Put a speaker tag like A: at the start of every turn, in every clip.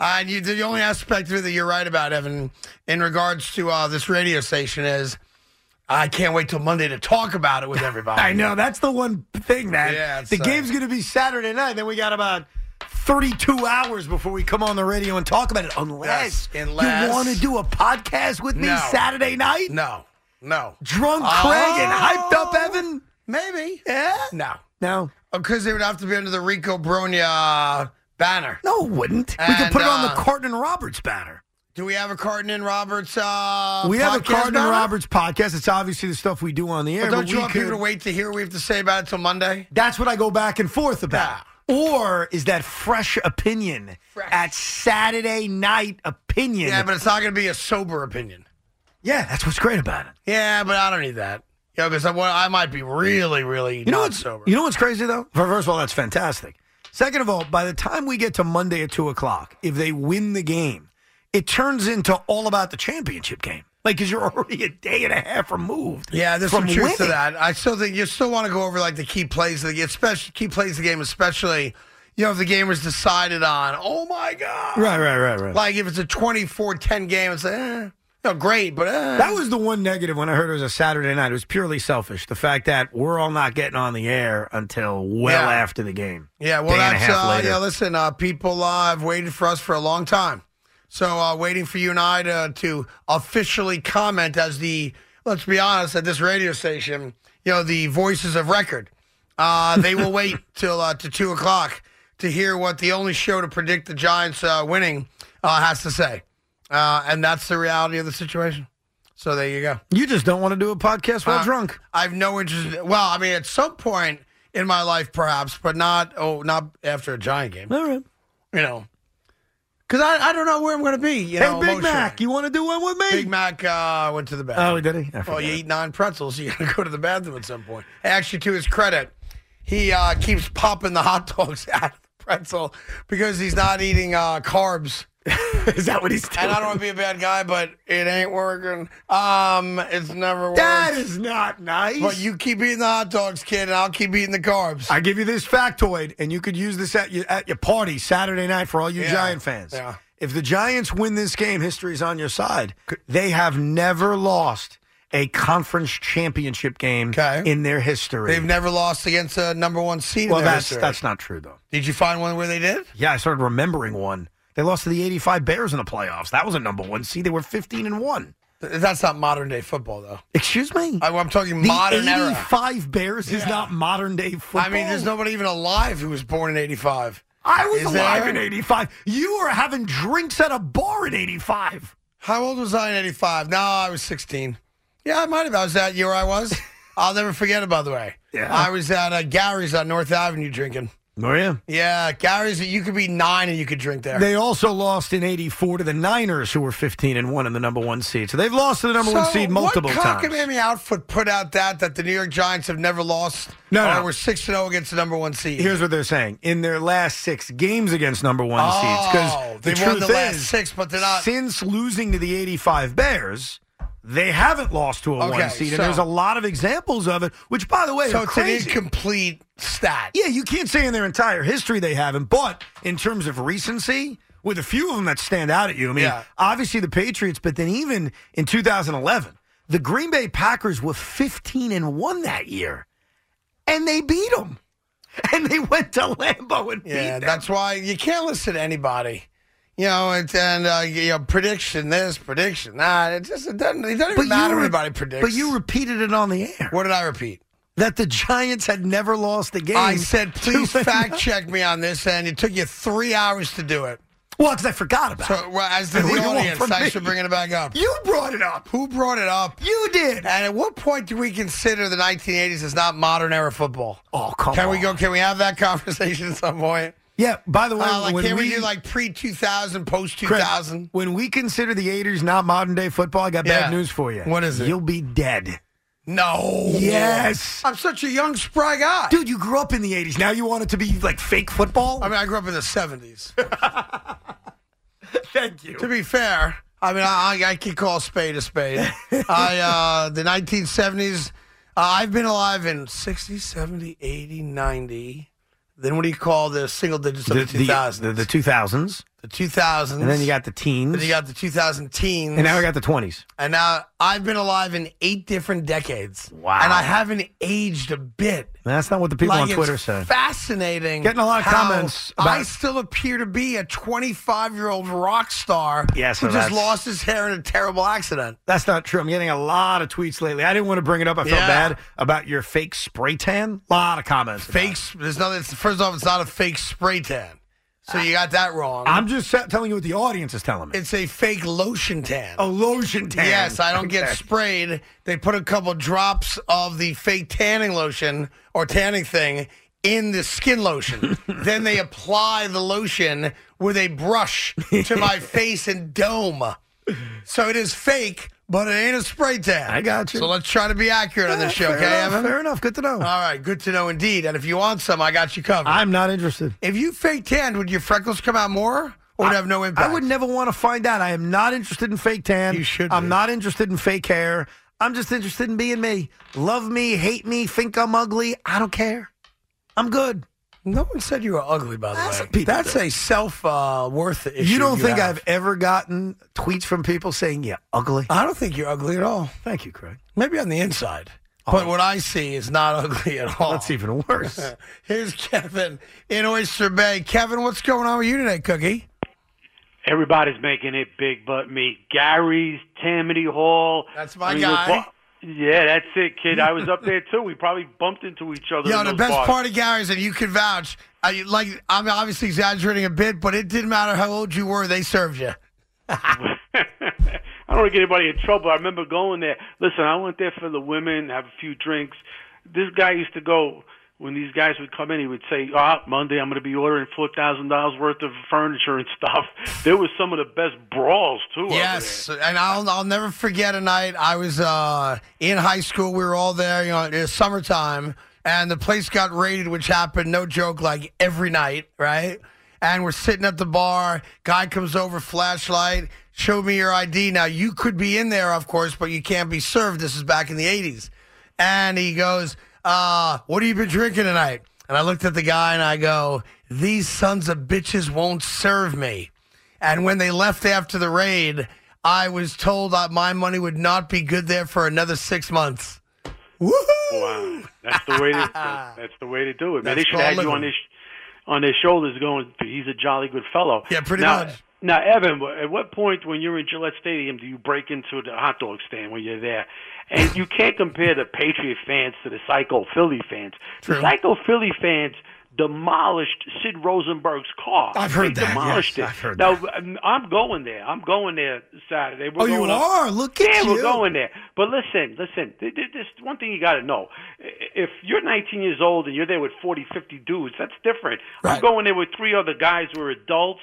A: Uh, and you, the only aspect of it that you're right about, Evan, in regards to uh, this radio station is I can't wait till Monday to talk about it with everybody.
B: I know that's the one thing that
A: Yeah, it's,
B: the
A: uh,
B: game's going to be Saturday night. Then we got about thirty-two hours before we come on the radio and talk about it. Unless,
A: Yes, unless-
B: you want to do a podcast with me
A: No.
B: Saturday night,
A: No, no.
B: drunk
A: Oh.
B: Craig and hyped up Evan.
A: Maybe.
B: Yeah,
A: No.
B: no,
A: Because it would have to be under the Rico Bronya uh, banner.
B: no, it wouldn't. we could
A: And,
B: put it on the
A: uh,
B: Carton and Roberts banner.
A: Do we have a Carton and Roberts? Uh,
B: we have a
A: podcast
B: Carton and
A: banner?
B: Roberts podcast. It's obviously the stuff we do on the air.
A: But
B: but
A: don't you
B: we
A: want
B: could-
A: people to wait to hear what we have to say about it till Monday?
B: That's what I go back and forth about. Or is that fresh opinion
A: Fresh.
B: at Saturday night opinion?
A: Yeah, but it's not going to be a sober opinion.
B: Yeah, that's what's great about it.
A: Yeah, but I don't need that. Yeah, because I, well, I might be really, really
B: You know
A: not
B: what's
A: sober.
B: you know what's crazy though. Fir- First of all, that's fantastic. Second of all, by the time we get to Monday at two o'clock, if they win the game, it turns into all about the championship game. Like, because you're already a day and a half removed.
A: yeah, there's
B: from
A: some truth to
B: winning.
A: that. I still think you still want to go over like the key plays of the game, especially key plays of the game, especially you know if the game was decided on. Oh my god!
B: Right, right, right, right.
A: Like if it's a 24-10 game, it's like, eh, you know, great, but eh.
B: That was the one negative when I heard it was a Saturday night. It was purely selfish. The fact that we're all not getting on the air until well
A: Yeah.
B: after the game.
A: Yeah, well,
B: Day and a
A: that's
B: half
A: uh,
B: later.
A: yeah. Listen, uh, people uh, have waited for us for a long time, so uh, waiting for you and I to, to officially comment as the let's be honest at this radio station, you know, the voices of record. Uh, they will wait till uh, to two o'clock to hear what the only show to predict the Giants uh, winning uh, has to say, uh, and that's the reality of the situation. So there you go.
B: You just don't want to do a podcast while
A: Uh,
B: drunk.
A: I have no interest. Well, I mean, at some point in my life, perhaps, but not oh, not after a Giant game
B: All right.
A: you know, because I, I don't know where I'm going to be. You
B: Hey,
A: know,
B: Big
A: emotionally.
B: Mac, you want to do one with me?
A: Big Mac uh, went to the bathroom.
B: Oh, did he? I
A: well,
B: forgot.
A: you eat nine pretzels, you got to go to the bathroom at some point. Actually, to his credit, he uh, keeps popping the hot dogs out of the pretzel because he's not eating uh, carbs.
B: Is that what he's doing?
A: And I don't want to be a bad guy, but it ain't working. Um, it's never worked.
B: That is not nice.
A: But you keep eating the hot dogs, kid, and I'll keep eating the carbs.
B: I give you this factoid, and you could use this at your, at your party Saturday night for all you
A: Yeah.
B: Giant fans.
A: Yeah.
B: If the Giants win this game, history's on your side. They have never lost a conference championship game
A: Okay.
B: in their history.
A: They've never lost against a number one seed.
B: well,
A: in their
B: that's
A: history.
B: that's not true though.
A: Did you find one where they did?
B: Yeah, I started remembering one. They lost to the '85 Bears in the playoffs. That was a number one seed. They were 15 and one.
A: Th- That's not modern day football, though.
B: Excuse me.
A: I, am talking
B: the
A: modern era.
B: '85 Bears is
A: Yeah.
B: not modern day football.
A: I mean, there's nobody even alive who was born in '85.
B: I was
A: Is
B: alive
A: there?
B: in '85. You were having drinks at a bar in '85.
A: How old was I in '85? No, I was 16. Yeah, I might have. I was that year. I was. I'll never forget it. By the way,
B: Yeah.
A: I was at uh, Gary's on North Avenue drinking.
B: Were you?
A: Yeah, Gary's. You could be nine and you could drink there.
B: They also lost in '84 to the Niners, who were 15 and one in the number one seed. So they've lost to the number one
A: So
B: seed multiple
A: what
B: times.
A: cockamamie outfit put out that that the New York Giants have never lost?
B: No, no.
A: or were six and zero against the number one seed.
B: Here's what they're saying in their last six games against number one seeds
A: Oh,
B: because the
A: they've won
B: truth
A: the last
B: is,
A: six, but they're not-
B: Since losing to the '85 Bears, they haven't lost to a
A: Okay,
B: one seed,
A: so-
B: and there's a lot of examples of it. Which, by the way,
A: so
B: are
A: it's
B: crazy.
A: an incomplete stat.
B: Yeah, you can't say in their entire history they haven't, but in terms of recency, with a few of them that stand out at you, I mean,
A: Yeah.
B: obviously the Patriots, but then even in 2011, the Green Bay Packers were 15 and 1 that year, and they beat them. And they went to Lambeau and
A: Yeah,
B: beat them.
A: that's why you can't listen to anybody. You know, it's, and uh, you know, prediction this, prediction that. It just it doesn't. It doesn't even matter what
B: re-
A: anybody predicts.
B: But you repeated it on the air
A: what did I repeat?
B: that the Giants had never lost a game.
A: I said, please
B: to-
A: fact check me on this, and it took you three hours to do it.
B: Well, because I forgot about
A: So,
B: it.
A: well, as to
B: What
A: the
B: do you want
A: audience,
B: from
A: thanks for
B: me?
A: bringing it back up.
B: You brought it up.
A: Who brought it up?
B: You did.
A: And at what point do we consider the 1980s as not modern era football?
B: Oh, come
A: Can
B: on.
A: we go? Can we have that conversation at some point?
B: Yeah. By the way,
A: Uh, like,
B: when
A: can we,
B: we,
A: do like pre 2000, post
B: Chris,
A: 2000?
B: when we consider the '80s not modern day football, I got
A: Yeah.
B: bad news for you.
A: What is it?
B: You'll be dead.
A: No.
B: Yes.
A: I'm such a young, spry guy.
B: Dude, you grew up in the '80s. Now you want it to be like fake football?
A: I mean, I grew up in the 70s.
B: thank you.
A: to be fair, I mean, I, I, I can call a spade a spade. I uh, The 1970s, uh, I've been alive in 60, 70, 80, 90. Then what do you call the single digits of
B: The,
A: the,
B: the,
A: 2000s?
B: the, the 2000s,
A: The 2000s.
B: and then you got the teens,
A: Then you got the 2000 teens.
B: and now we got the 20s.
A: And now I've been alive in eight different decades.
B: Wow.
A: And I haven't aged a bit.
B: That's not what the people
A: Like,
B: on Twitter
A: it's
B: say.
A: Fascinating.
B: Getting a lot of
A: how
B: comments about-
A: I still appear to be a 25 year old rock star
B: Yeah, so
A: who just
B: that's-
A: lost his hair in a terrible accident.
B: That's not true. I'm getting a lot of tweets lately. I didn't want to bring it up. I felt
A: Yeah.
B: bad about your fake spray tan. A lot of comments. about it.
A: Fake. s- There's nothing. it's- First off, it's not a fake spray tan. So you got that wrong.
B: Ah. I'm just sa- telling you what the audience is telling me.
A: it's a fake lotion tan.
B: a lotion tan.
A: Yes, I don't get
B: Okay.
A: sprayed. They put a couple drops of the fake tanning lotion or tanning thing in the skin lotion. then they apply the lotion with a brush to my face and dome. So it is fake, but it ain't a spray tan.
B: I got you.
A: So let's try to be accurate on this show,
B: fair
A: okay,
B: enough,
A: Evan?
B: Fair enough. Good to know.
A: All right, good to know indeed. And if you want some, I got you covered.
B: I'm not interested.
A: if you fake tanned, would your freckles come out more or would it have no impact?
B: I would never want to find out. I am not interested in fake tan.
A: You should
B: I'm
A: be.
B: not interested in fake hair. I'm just interested in being me. Love me, hate me, think I'm ugly. I don't care. I'm good.
A: No one said you were ugly, by the
B: That's
A: way.
B: what people
A: That's
B: do.
A: a self uh, worth issue.
B: you don't think
A: have.
B: I've ever gotten tweets from people saying, yeah, ugly?
A: I don't think you're ugly at all.
B: Thank you, Craig. Oh.
A: Maybe on the inside. But what I see is not ugly at all.
B: That's even worse.
A: Here's Kevin in Oyster Bay. Kevin, what's going on with you today, Cookie?
C: Everybody's making it big but me. Gary's, Tammany Hall.
A: That's my
C: we were
A: guy.
C: bu- yeah, that's it, kid. I was up there too. We probably bumped into each other.
A: Yo,
C: in
A: the
C: those
A: best
C: bars.
A: part of Gary's, and you can vouch. I, like I'm obviously exaggerating a bit, but it didn't matter how old you were; they served you.
C: I don't want to get anybody in trouble. I remember going there. Listen, I went there for the women, have a few drinks. This guy used to go when these guys would come in. He would say, "Ah, Monday I'm going to be ordering four thousand dollars worth of furniture and stuff." There was some of the best brawls too. over
A: Yes, and I'll I'll never forget a night. I was uh, in high school. We were all there, you know, it was summertime, and the place got raided, which happened, no joke, like every night, right? And we're sitting at the bar. Guy comes over, flashlight, show me your ID. Now you could be in there, of course, but you can't be served. This is back in the '80s, and he goes, uh, "What have you been drinking tonight?" And I looked at the guy and I go, "These sons of bitches won't serve me." And when they left after the raid, I was told that my money would not be good there for another six months. Woohoo!
C: there. Wow, that's the way. To, that's the way to do it,
A: That's
C: man. they should
A: called
C: have you
A: living.
C: on their sh- on their shoulders, going, "He's a jolly good fellow."
A: Yeah, pretty
C: now,
A: much.
C: Now, Evan, at what point when you're in Gillette Stadium do you break into the hot dog stand when you're there? And you can't compare the Patriot fans to the psycho Philly fans.
A: True.
C: The psycho Philly fans demolished Sid Rosenberg's car.
B: I've heard
C: they
B: that,
C: Demolished
B: yes,
C: it.
B: I've heard
C: now, that. I'm going there. I'm going there Saturday. We're
B: oh, you
C: going up-
B: are? Look at
C: yeah,
B: you.
C: we're going there. But listen, listen. th- th- This one thing you got to know: I- if you're 19 years old and you're there with 40, 50 dudes, that's different.
A: Right.
C: I'm going there with three other guys who are adults.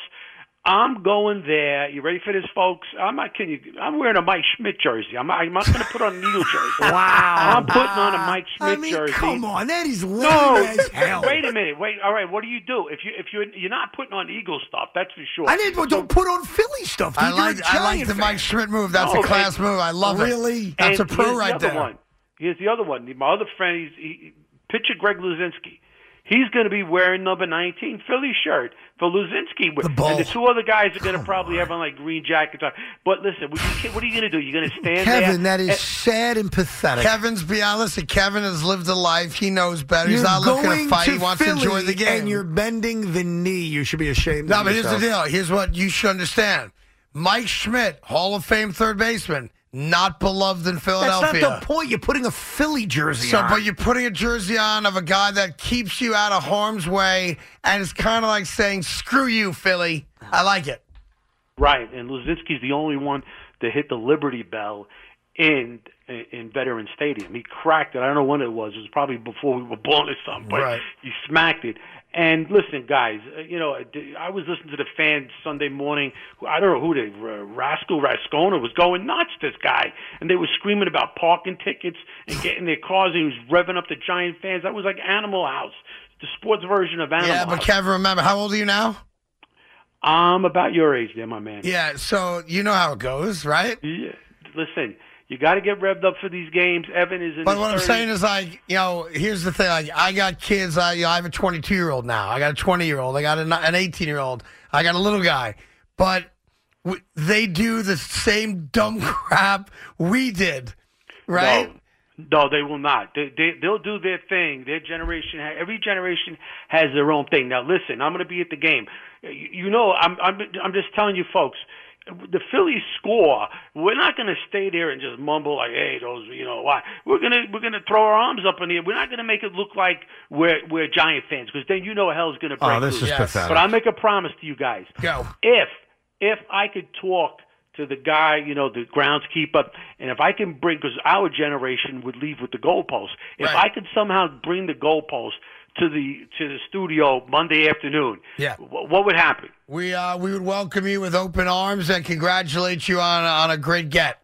C: I'm going there. You ready for this, folks? I'm not kidding you. I'm wearing a Mike Schmidt jersey. I'm, I'm not going to put on a Needle jersey.
B: Wow. Ah.
C: I'm putting on a Mike Schmidt
B: I mean,
C: jersey.
B: come on. That is lame as
C: No,
B: hell.
C: wait a minute. Wait. All right. What do you do if you if you're you're not putting on Eagle stuff? That's for sure.
B: I didn't, well, don't put on Philly stuff. Dude.
A: I
B: You're a
A: like I like
B: Giant
A: the
B: fan.
A: Mike Schmidt move. That's
C: No,
A: a class
C: and-
A: move. I love it.
B: Really?
A: That's
C: And
A: a pro
C: here's
A: right
C: the
A: there.
C: other One. Here's the other one. My other friend, he's he, picture Greg Luzinski. He's going to be wearing number 19 Philly shirt for Luzinski.
A: The ball.
C: And the two other guys are going to probably have on like green jackets. on. But listen, what you- what are you going to do? You're going to stand
B: Kevin,
C: there?
B: that is sad and pathetic.
A: eh, Kevin's beyond. Listen, Kevin has lived a life. He knows better. He's
B: You're
A: not looking
B: going
A: to fight. he wants
B: Philly
A: to enjoy the game.
B: And you're bending the knee. You should be ashamed.
A: No,
B: of
A: but here's the
B: yourself.
A: deal. Here's what you should understand. Mike Schmidt, Hall of Fame third baseman, not beloved in
B: That's
A: Philadelphia.
B: not the point. You're putting a Philly jersey
A: So,
B: on.
A: but you're putting a jersey on of a guy that keeps you out of harm's way, and it's kind of like saying "screw you, Philly." I like it.
C: Right. And Luzinski's the only one to hit the Liberty Bell in in Veteran Stadium. He cracked it. I don't know when it was. It was probably before we were born or something. But
A: Right.
C: he smacked it. And listen, guys, uh, you know, I was listening to the fans Sunday morning. who- I don't know who the uh, Rascal Rascona was going nuts. This guy, and they were screaming about parking tickets and getting their cars. And he was revving up the Giant fans. That was like Animal House, the sports version of Animal
A: Yeah, but
C: House.
A: Kevin, remember how old are you now?
C: I'm about your age, there, my man.
A: Yeah, so you know how it goes, right?
C: Yeah. Listen, you got to get revved up for these games. Evan is in.
A: But
C: his
A: what I'm
C: 30s.
A: saying is, like, you know, here's the thing. Like, I got kids. I, you know, I have a 22 year old now. I got a 20 year old. I got an an 18 year old. I got a little guy. But w- they do the same dumb crap we did, right?
C: No, no, they will not. They, they they'll do their thing. Their generation, ha- every generation has their own thing. Now, listen, I'm going to be at the game. You, you know, I'm I'm I'm just telling you, folks. The Phillies score. We're not going to stay there and just mumble like, "Hey, those," you know, why? We're gonna we're gonna throw our arms up in the air. We're not going to make it look like we're we're Giant fans because then you know hell's going to break
B: Oh, this
C: loose.
B: is
A: Yes.
B: pathetic.
C: But I make a promise to you guys.
A: Go.
C: If if I could talk to the guy, you know, the groundskeeper, and if I can bring, because our generation would leave with the goalpost. If
A: Right.
C: I could somehow bring the goalpost to the to the studio Monday afternoon,
A: Yeah.
C: wh- what would happen?
A: We uh, we would welcome you with open arms and congratulate you on on a great get.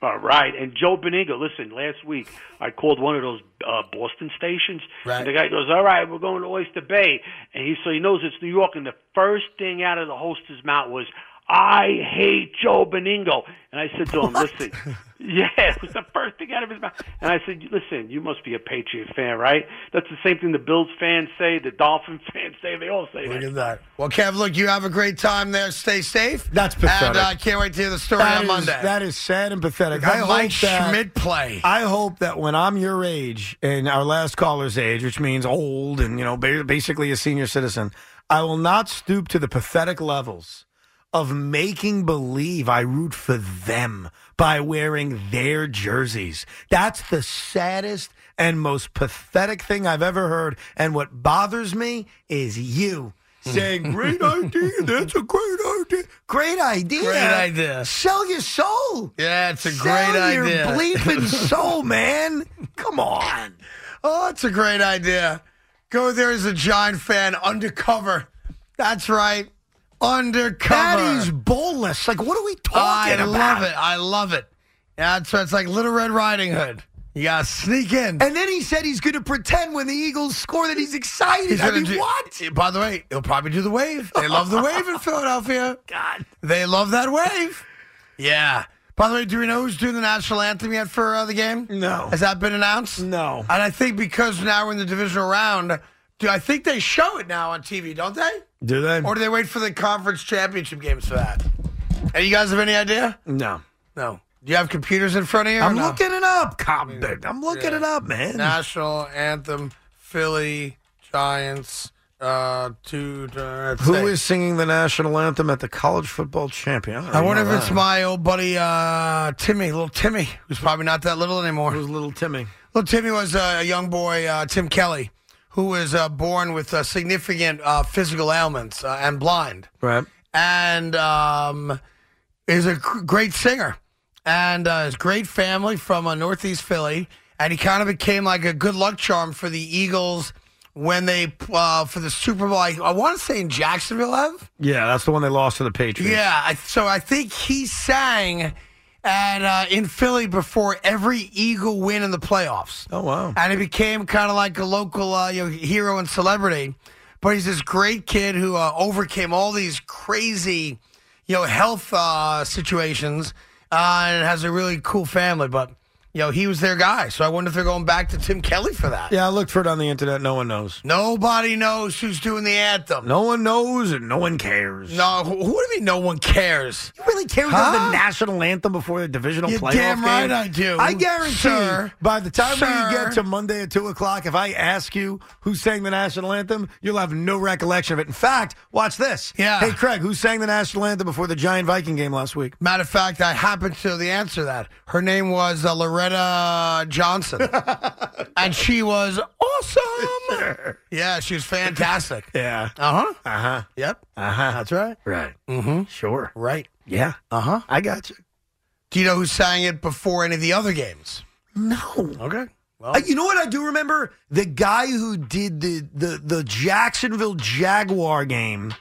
C: All right, and Joe Beningo. Listen, last week I called one of those uh, Boston stations,
A: Right.
C: and the guy goes, "All right, we're going to Oyster Bay," and he so he knows it's New York. And the first thing out of the host's mouth was, "I hate Joe Beningo," and I said to him, "Listen, yeah, it was the first thing out of his mouth." And I said, "Listen, you must be a Patriot fan, right? That's the same thing the Bills fans say, the Dolphin fans say, they all say that."
A: Look at that. Well, Kev, look, you have a great time there. Stay safe.
B: That's
A: And
B: pathetic.
A: uh, I can't wait to hear the story
B: That
A: on
B: is-
A: Monday.
B: that is sad and pathetic. I
A: that
B: hope
A: Mike
B: that-
A: Schmidt play.
B: I hope that when I'm your age and our last caller's age, which means old and you know ba- basically a senior citizen, I will not stoop to the pathetic levels of making believe I root for them by wearing their jerseys. That's the saddest and most pathetic thing I've ever heard. And what bothers me is you saying, "Great idea! That's a great idea! Great idea!
A: Great idea.
B: Sell your soul!"
A: yeah, it's a great
B: Sell
A: idea.
B: Your bleeping soul, man. Come on.
A: Oh, it's a great idea. Go there as a Giant fan undercover. That's right. Undercover.
B: That is bolus. Like, what are we
A: I
B: talking about?
A: love it. I love it. That's it's like Little Red Riding Hood. You gotta sneak in.
B: And then he said he's going to pretend when the Eagles score that he's excited.
A: He's
B: I
A: gonna
B: mean,
A: do-
B: what?
A: By the way, he'll probably do the wave. They love the wave in Philadelphia.
B: God.
A: They love that wave. Yeah. By the way, do we know who's doing the national anthem yet for uh, the game?
B: No.
A: Has that been announced?
B: No.
A: And I think because now we're in the divisional round, do I think they show it now on TV? Don't they?
B: Do they?
A: Or do they wait for the conference championship games for that? Hey, you guys have any idea?
B: no.
A: No. Do you have computers in front of you? or
B: I'm
A: no?
B: looking it up, Cobbett. I'm looking it up, man.
A: National anthem, Philly Giants. Uh, two. Uh,
B: Who is singing the national anthem at the college football champion?
A: I wonder if it's my old buddy uh, Timmy, little Timmy, who's probably not that little anymore.
B: Who's little Timmy?
A: Little Timmy was uh, a young boy, uh, Tim Kelly, who was uh, born with uh, significant uh, physical ailments uh, and blind,
B: Right.
A: and um, is a gr- great singer, and uh, his great family from uh, Northeast Philly, and he kind of became like a good luck charm for the Eagles when they uh, for the Super Bowl. I, I want to say in Jacksonville, Ev?
B: Yeah, that's the one they lost to the Patriots.
A: Yeah, I, so I think he sang and uh, in Philly before every Eagle win in the playoffs.
B: Oh, wow.
A: And he became kind of like a local uh, you know, hero and celebrity. But he's this great kid who uh, overcame all these crazy, you know, health uh, situations uh, and has a really cool family. But, you know, he was their guy. So I wonder if they're going back to Tim Kelly for that.
B: Yeah, I looked for it on the internet. No one knows.
A: Nobody knows who's doing the anthem.
B: No one knows and no one cares.
A: No, who, who do you mean no one cares?
B: You really care
A: Huh?
B: about the national anthem before the divisional
A: You're
B: playoff
A: damn right
B: game?
A: I do,
B: I guarantee
A: sir.
B: by the time
A: Sir.
B: we get to Monday at 2 o'clock, if I ask you who sang the national anthem, you'll have no recollection of it. In fact, watch this.
A: Yeah.
B: Hey, Craig, who sang the national anthem before the Giant Viking game last week?
A: Matter of fact, I happened to know the answer to that. Her name was uh, Loretta Johnson, and she was awesome. Yeah, she was fantastic.
B: Yeah.
A: Uh huh.
B: Uh huh.
A: Yep.
B: Uh huh.
A: right. Mm-hmm.
B: Right. Mm hmm. Sure.
A: Right.
B: Yeah.
A: Uh huh.
B: I got you.
A: Do you know who sang it before any of the other games?
B: No.
A: Okay. Well,
B: Uh, you know what I do remember? The guy who did the, the the Jacksonville Jaguar game,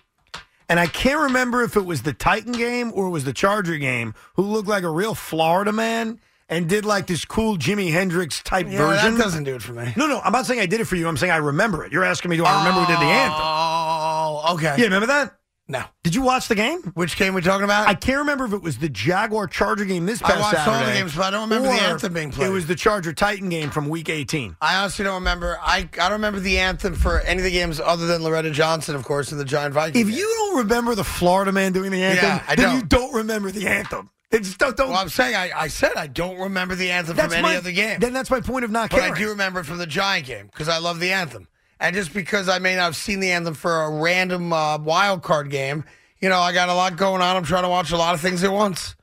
B: and I can't remember if it was the Titan game or it was the Charger game, who looked like a real Florida man and did like this cool Jimi Hendrix type
A: yeah,
B: version.
A: that doesn't do it for me.
B: no, no, I'm not saying I did it for you. I'm saying I remember it. You're asking me, do I remember who did the anthem?
A: Oh, okay.
B: Yeah, remember that?
A: No.
B: Did you watch the game?
A: Which game we talking about?
B: I can't remember if it was the Jaguar Charger game this
A: I
B: past
A: watched all the
B: Saturday.
A: games, but I don't remember the
B: or
A: anthem being played.
B: It was the Charger Titan game from Week 18.
A: I honestly don't remember. I, I don't remember the anthem for any of the games other than Loretta Johnson, of course, and the Giant Vikings.
B: If you don't remember the Florida man doing the anthem,
A: Yeah, I
B: then
A: don't.
B: you don't remember the anthem. It's don't, don't,
A: well, I'm saying I, I said I don't remember the anthem from any
B: my,
A: other game,
B: Then that's my point of not
A: but
B: caring.
A: I do remember it from the Giant game because I love the anthem. And just because I may not have seen the anthem for a random uh, wild card game, you know, I got a lot going on. I'm trying to watch a lot of things at once.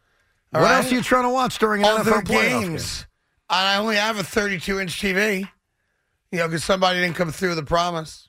B: what
A: right.
B: else are you trying to watch during an
A: Other
B: NFL playoff game?
A: games, and I only have a 32 inch TV. You know, because somebody didn't come through with the promise,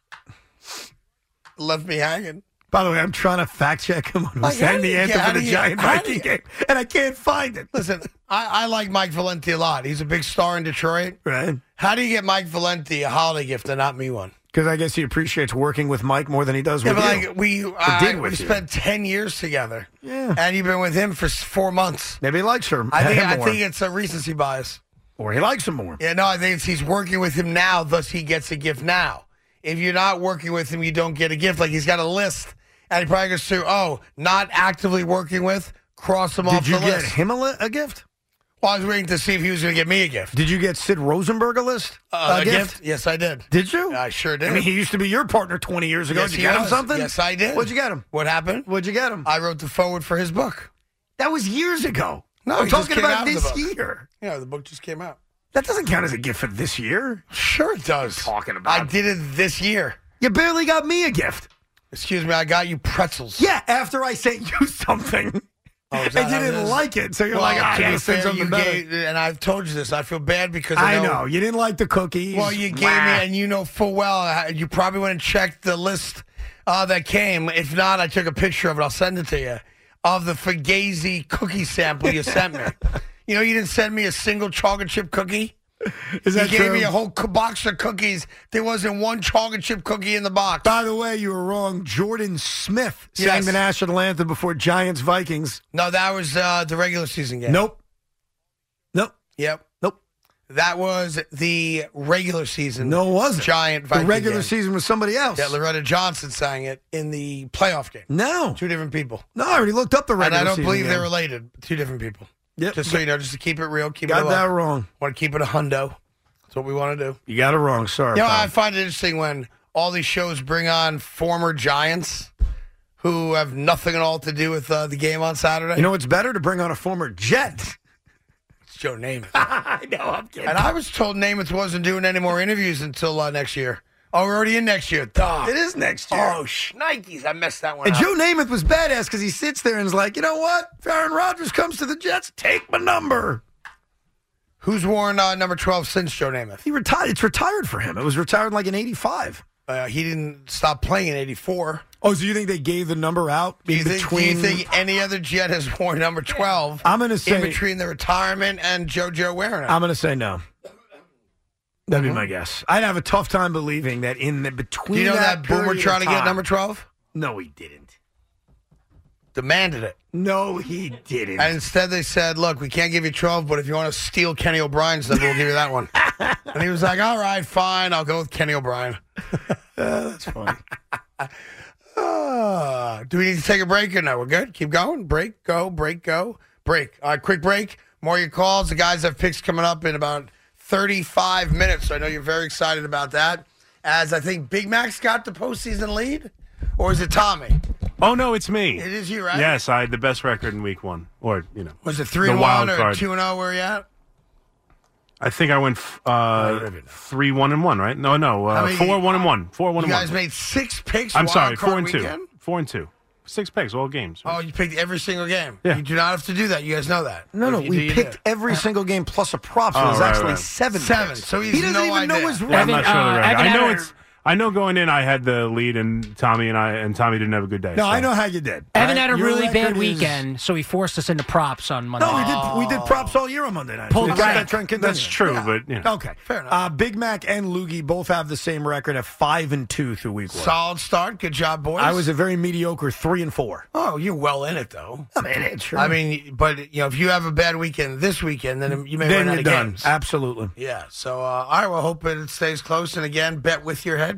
A: left me hanging.
B: By the way, I'm trying to fact check him on who
A: Like, how
B: sang
A: do
B: the
A: you-
B: anthem
A: how
B: for
A: do
B: the
A: you-
B: Giant
A: how do
B: Viking
A: you-
B: game, and I can't find it.
A: Listen, I, I like Mike Valenti a lot. He's a big star in Detroit.
B: Right?
A: How do you get Mike Valenti a holiday gift and not me one?
B: Because I guess he appreciates working with Mike more than he does
A: Yeah,
B: with
A: but
B: you.
A: like we, I-
B: did
A: we
B: with you.
A: spent ten years together.
B: Yeah.
A: and you've been with him for s- four months.
B: Maybe he likes her.
A: I think
B: him
A: I
B: more,
A: think it's a recency bias.
B: or he likes him more.
A: Yeah, no, I think it's, he's working with him now, thus he gets a gift now. If you're not working with him, you don't get a gift. Like he's got a list, and he probably goes through. Oh, not actively working with. Cross him off
B: Did you
A: the
B: get
A: list.
B: him a, li- a gift?
A: Well, I was waiting to see if he was going to get me a gift.
B: Did you get Sid Rosenberg a list?
A: Uh, Yes, I did.
B: Did you?
A: I sure did.
B: I mean, he used to be your partner 20 years ago.
A: Yes,
B: did
A: he
B: you get him
A: was.
B: something?
A: Yes, I did.
B: What'd you get him?
A: What happened?
B: What'd you get him?
A: I wrote the forward for his book.
B: that was years ago.
A: No,
B: I'm
A: he just
B: Oh, talking
A: came
B: about
A: out of the
B: this
A: book.
B: year.
A: Yeah, the book just came out.
B: That doesn't count as a gift for this year.
A: Sure, it does.
B: Talking about-
A: I did it this year.
B: You barely got me a gift.
A: Excuse me, I got you pretzels.
B: Yeah, after I sent you something.
A: Oh, is that
B: and
A: how
B: you
A: it
B: didn't
A: is?
B: like it, so you're
A: Well,
B: like, "Ah, I
A: to be
B: gotta send
A: fair,
B: something
A: you
B: better.
A: gave- and I've told you this. I feel bad because I
B: I
A: know.
B: know. You didn't like the cookies.
A: Well, you gave
B: Mwah.
A: me, and you know full well uh, you probably went and checked the list uh, that came. If not, I took a picture of it. I'll send it to you of the Fugazi cookie sample you sent me. You know, you didn't send me a single chocolate chip cookie.
B: Is
A: You
B: that
A: gave
B: true?
A: me a whole co- box of cookies. There wasn't one chocolate chip cookie in the box.
B: By the way, you were wrong. Jordan Smith sang
A: Yes.
B: the national anthem before Giants Vikings.
A: No, that was uh, the regular season game.
B: Nope. Nope.
A: Yep.
B: Nope.
A: That was the regular season.
B: No, it wasn't.
A: Giant
B: The
A: Viking
B: regular
A: game.
B: season was somebody else.
A: Yeah, Loretta Johnson sang it in the playoff game.
B: no.
A: Two different people.
B: No, I already looked up the
A: And
B: regular
A: I don't
B: season
A: believe
B: game.
A: they're related. Two different people.
B: Yep.
A: Just so you know, just to keep it real, keep it
B: got
A: a
B: that
A: that
B: wrong.
A: want to keep it a hundo. That's what we want to do.
B: You got it wrong. Sorry.
A: You know, I
B: pal.
A: find it interesting when all these shows bring on former Giants who have nothing at all to do with uh, the game on Saturday.
B: you know it's better to bring on a former Jet.
A: it's Joe Namath.
B: I know. I'm kidding.
A: And I was told Namath wasn't doing any more interviews until uh, next year. Oh, we're already in next year. Duh.
B: it is next year.
A: Ah. Oh, shnikes. I messed that one
B: and
A: up.
B: Joe Namath was badass because he sits there and is like, you know what? If Aaron Rodgers comes to the Jets, take my number.
A: Who's worn uh, number 12 since Joe Namath?
B: He retired. It's retired for him. It was retired like in '85.
A: Uh, he didn't stop playing in 84.
B: Oh, so you think they gave the number out
A: Do you, think, do you think any other Jet has worn number 12
B: I'm gonna say-
A: in between the retirement and JoJo wearing it?
B: I'm going to say no. That'd be my guess. I'd have a tough time believing that in the between.
A: do you know that, Boomer
B: period of
A: trying to get
B: time-
A: number 12?
B: No, he didn't.
A: Demanded it.
B: No, he didn't.
A: And instead they said, look, we can't give you 12, but if you want to steal Kenny O'Brien's number, we'll give you that one. and he was like, all right, fine. I'll go with Kenny O'Brien.
B: Uh, That's funny.
A: Uh, do we need to take a break or no? We're good. Keep going. Break, go, break, go, break. All right, quick break. More of your calls. The guys have picks coming up in about 35 minutes. So I know you're very excited about that. As I think Big Mac's got the postseason lead, or is it Tommy?
D: Oh no, it's me.
A: It is you, right?
D: Yes, I had the best record in week one, or you know,
A: Was it three
D: The
A: and
D: wild
A: one or
D: card.
A: two and zero? Where you at?
D: I think I went f- uh, three one and one, right? No, no,
A: How
D: uh,
A: many-
D: four one and one, four one
A: You
D: and
A: guys
D: one.
A: made six picks.
D: I'm
A: wild
D: sorry,
A: card
D: four and two,
A: weekend?
D: four and two, six picks, all games.
A: Oh, you picked every single game.
D: Yeah.
A: You do not have to do that. You guys know that.
B: No,
A: If
B: no,
A: you do,
B: we
A: you
B: picked
A: do.
B: every single game plus a prop. So
D: Oh,
B: there's
D: right,
B: actually
D: right.
B: seven.
A: Seven,
B: picks.
A: so he
B: he,
A: has
B: doesn't
A: no
B: even know
A: idea.
B: his
D: Yeah, I'm
B: record.
D: not sure of the
E: uh,
D: record.
E: Evan
D: I know
E: Hatter-
D: it's. I know going in, I had the lead, and Tommy and I and Tommy didn't have a good day.
B: No,
D: so.
B: I know how you did.
E: Evan
B: All right?
E: had a
B: Your
E: really
B: record
E: bad
B: is-
E: weekend, so he forced us into props on Monday.
B: No,
A: Oh.
F: Oh.
B: we did. We did props all year on Monday night.
E: Pulled rank.
B: that trend continue.
D: That's true, but you know.
B: Okay, fair enough. Uh, Big Mac and Loogie both have the same record at five and two through week one.
A: Solid start. Good job, boys.
B: I was a very mediocre three and four.
A: Oh, you're well in it though.
B: I mean, it's true.
A: I mean, but you know, if you have a bad weekend this weekend, then you may run
B: then you're
A: out of
B: done.
A: games.
B: Absolutely.
A: Yeah. So uh, I will hope it stays close. And again, bet with your head,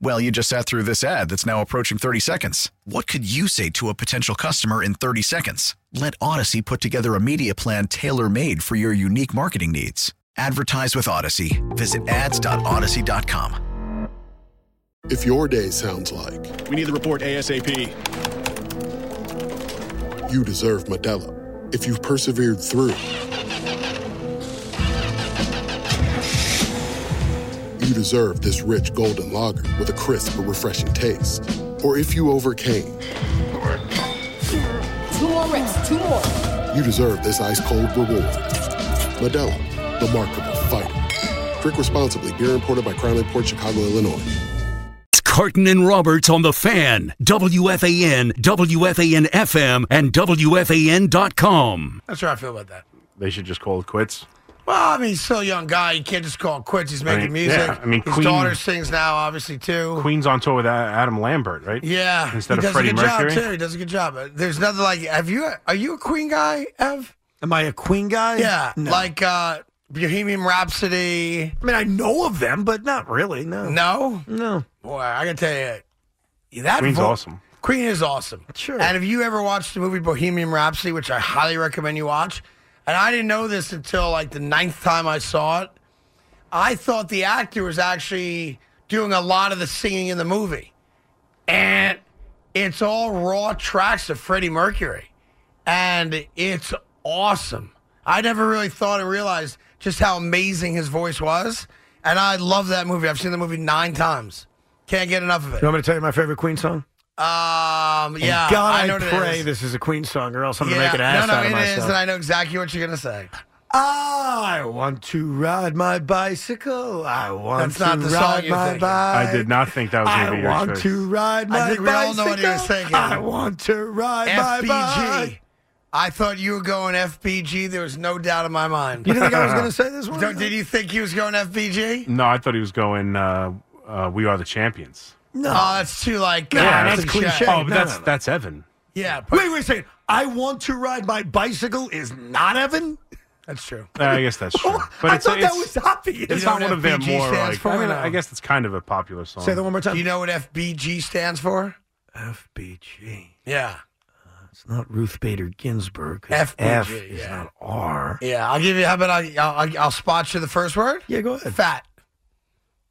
G: Well, you just sat through this ad that's now approaching 30 seconds. What could you say to a potential customer in 30 seconds? Let Odyssey put together a media plan tailor made for your unique marketing needs. Advertise with Odyssey. Visit ads.odyssey.com.
H: If your day sounds like
I: We need the report ASAP.
H: you deserve Medella, if you've persevered through, you deserve this rich golden lager with a crisp but refreshing taste. Or if you overcame,
J: Two more reps, two more.
H: you deserve this ice cold reward. Medella, the mark of a fighter. Drink responsibly. Beer imported by Crown Port Chicago, Illinois.
K: It's Carton and Roberts on the fan, WFAN, WFAN FM, and WFAN.com.
A: That's how I feel about that.
D: They should just call it quits.
A: Well, I mean, he's still a young guy. You can't just call it quits. He's making
D: I mean,
A: music.
D: yeah, I mean,
A: his
D: Queen-
A: daughter sings now, obviously too.
D: Queen's on tour with A- Adam Lambert, right?
A: Yeah,
D: Instead
A: he
D: of
A: does
D: Freddie
A: a good
D: Mercury.
A: job too. He does a good job. Uh, There's nothing like. Have you? Are you a Queen guy, Ev?
B: Am I a Queen guy?
A: Yeah,
B: No.
A: like uh Bohemian Rhapsody.
B: I mean, I know of them, but not really. No.
A: No,
B: No.
A: boy, I gotta tell you, that
D: Queen's
A: vo-
D: awesome.
A: Queen is awesome.
B: Sure.
A: And if you ever watched the movie Bohemian Rhapsody, which I highly recommend you watch, and I didn't know this until like the ninth time I saw it, I thought the actor was actually doing a lot of the singing in the movie. And it's all raw tracks of Freddie Mercury. And it's awesome. I never really thought and realized just how amazing his voice was. And I love that movie. I've seen the movie nine times. Can't get enough of it.
B: You want me to tell you my favorite Queen song?
A: Um, yeah,
B: God,
A: I
B: I,
A: know what it
B: pray
A: is.
B: this is a Queen song, or else I'm
A: Yeah,
B: gonna make an ass
A: no, no,
B: out
A: it
B: of
A: is,
B: myself.
A: and I know exactly what you're gonna say.
B: I want to ride my bicycle. I want
A: That's
B: to
A: not the song
B: ride
A: you're
B: my
A: thinking.
B: bike.
D: I did not think that was going to
B: I
D: be your
B: want
D: choice.
B: to ride my
A: I think we
B: bicycle.
A: all know what he was thinking.
B: I want to ride my
A: FBG.
B: bike.
A: I thought you were going FBG. There was no doubt in my mind.
B: You didn't think I was going to say this one?
A: Don't- did you think he was going FBG?
D: No, I thought he was going. Uh, uh, we are the champions.
A: No, oh, that's too like uh,
D: Yeah, that's
B: cliche.
D: Oh,
B: No,
D: but
B: no,
D: that's
B: no.
D: that's Evan.
A: Yeah, but
B: Wait, wait a second. I want to ride my bicycle is not Evan.
A: that's true.
D: Uh, I guess that's true. But
B: I
D: it's,
B: thought
D: it's,
B: that was obvious.
D: It's
A: know
D: not
A: what
D: one of their
A: FBG
D: more
A: stands
D: like.
A: for?
D: I mean,
A: No.
D: I guess it's kind of a popular song.
B: Say that one more time.
A: Do you know what FBG stands for?
B: FBG.
A: Yeah,
B: Uh, It's not Ruth Bader Ginsburg. 'cause
A: FBG,
B: F is
A: yeah.
B: not R.
A: yeah. I'll give you. How about I? I'll, I'll, I'll spot you the first word.
B: Yeah, go ahead.
A: Fat.